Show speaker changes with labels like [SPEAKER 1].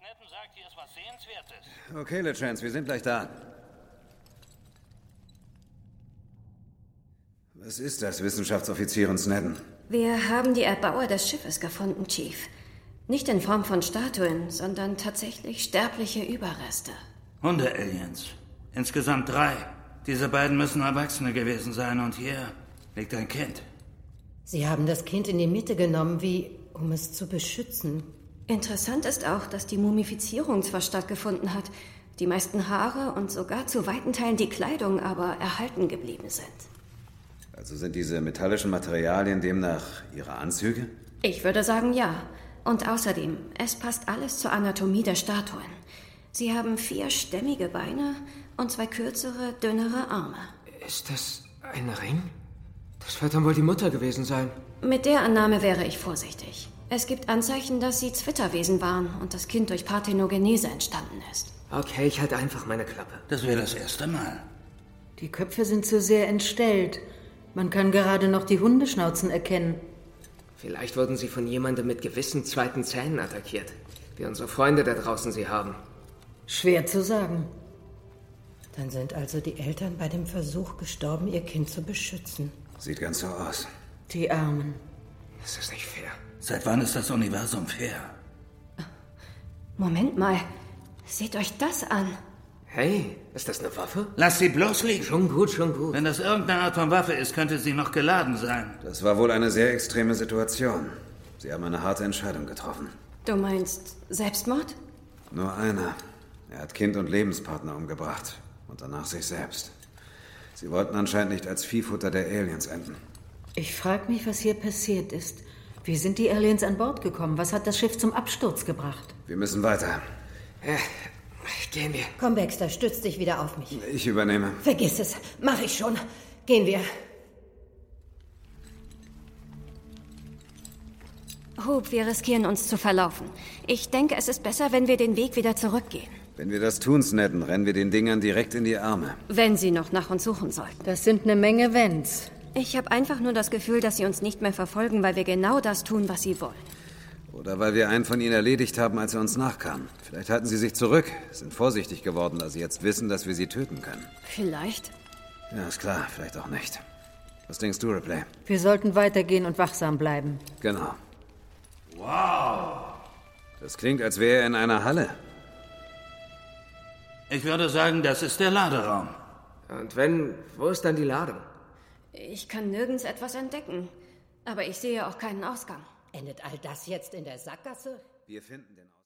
[SPEAKER 1] Captain sagt, hier ist was Sehenswertes.
[SPEAKER 2] Okay, LeChance, wir sind gleich da. Was ist das, Wissenschaftsoffizier und Snedden?
[SPEAKER 3] Wir haben die Erbauer des Schiffes gefunden, Chief. Nicht in Form von Statuen, sondern tatsächlich sterbliche Überreste.
[SPEAKER 4] Hunde-Aliens. Insgesamt drei. Diese beiden müssen Erwachsene gewesen sein und hier liegt ein Kind.
[SPEAKER 5] Sie haben das Kind in die Mitte genommen, wie um es zu beschützen.
[SPEAKER 3] Interessant ist auch, dass die Mumifizierung zwar stattgefunden hat, die meisten Haare und sogar zu weiten Teilen die Kleidung aber erhalten geblieben sind.
[SPEAKER 2] Also sind diese metallischen Materialien demnach Ihre Anzüge?
[SPEAKER 3] Ich würde sagen ja. Und außerdem, es passt alles zur Anatomie der Statuen. Sie haben vier stämmige Beine und zwei kürzere, dünnere Arme.
[SPEAKER 6] Ist das ein Ring? Das wird dann wohl die Mutter gewesen sein.
[SPEAKER 3] Mit der Annahme wäre ich vorsichtig. Es gibt Anzeichen, dass sie Zwitterwesen waren und das Kind durch Parthenogenese entstanden ist.
[SPEAKER 6] Okay, ich halte einfach meine Klappe.
[SPEAKER 4] Das wäre das erste Mal.
[SPEAKER 5] Die Köpfe sind zu sehr entstellt. Man kann gerade noch die Hundeschnauzen erkennen.
[SPEAKER 6] Vielleicht wurden sie von jemandem mit gewissen zweiten Zähnen attackiert, wie unsere Freunde da draußen sie haben.
[SPEAKER 5] Schwer zu sagen. Dann sind also die Eltern bei dem Versuch gestorben, ihr Kind zu beschützen.
[SPEAKER 2] Sieht ganz so aus.
[SPEAKER 5] Die Armen.
[SPEAKER 6] Das ist nicht fair.
[SPEAKER 4] Seit wann ist das Universum fair?
[SPEAKER 3] Moment mal. Seht euch das an.
[SPEAKER 6] Hey, ist das eine Waffe?
[SPEAKER 4] Lass sie bloß liegen.
[SPEAKER 6] Schon gut, schon gut.
[SPEAKER 4] Wenn das irgendeine Art von Waffe ist, könnte sie noch geladen sein.
[SPEAKER 2] Das war wohl eine sehr extreme Situation. Sie haben eine harte Entscheidung getroffen.
[SPEAKER 3] Du meinst Selbstmord?
[SPEAKER 2] Nur einer. Er hat Kind und Lebenspartner umgebracht. Und danach sich selbst. Sie wollten anscheinend nicht als Viehfutter der Aliens enden.
[SPEAKER 5] Ich frage mich, was hier passiert ist. Wie sind die Aliens an Bord gekommen? Was hat das Schiff zum Absturz gebracht?
[SPEAKER 2] Wir müssen weiter.
[SPEAKER 6] Ja, gehen wir.
[SPEAKER 5] Komm, Baxter, stütz dich wieder auf mich.
[SPEAKER 2] Ich übernehme.
[SPEAKER 5] Vergiss es. Mach ich schon. Gehen wir.
[SPEAKER 3] Hub, wir riskieren uns zu verlaufen. Ich denke, es ist besser, wenn wir den Weg wieder zurückgehen.
[SPEAKER 2] Wenn wir das tun, Snedden, rennen wir den Dingern direkt in die Arme.
[SPEAKER 3] Wenn sie noch nach uns suchen sollten.
[SPEAKER 5] Das sind eine Menge Wenns.
[SPEAKER 3] Ich habe einfach nur das Gefühl, dass sie uns nicht mehr verfolgen, weil wir genau das tun, was sie wollen.
[SPEAKER 2] Oder weil wir einen von ihnen erledigt haben, als er uns nachkam. Vielleicht halten sie sich zurück, sind vorsichtig geworden, da sie jetzt wissen, dass wir sie töten können.
[SPEAKER 3] Vielleicht.
[SPEAKER 2] Ja, ist klar, vielleicht auch nicht. Was denkst du, Ripley?
[SPEAKER 5] Wir sollten weitergehen und wachsam bleiben.
[SPEAKER 2] Genau.
[SPEAKER 4] Wow.
[SPEAKER 2] Das klingt, als wäre er in einer Halle.
[SPEAKER 4] Ich würde sagen, das ist der Laderaum.
[SPEAKER 6] Und wenn, wo ist dann die Ladung?
[SPEAKER 3] Ich kann nirgends etwas entdecken. Aber ich sehe auch keinen Ausgang.
[SPEAKER 5] Endet all das jetzt in der Sackgasse?
[SPEAKER 2] Wir finden den Ausgang.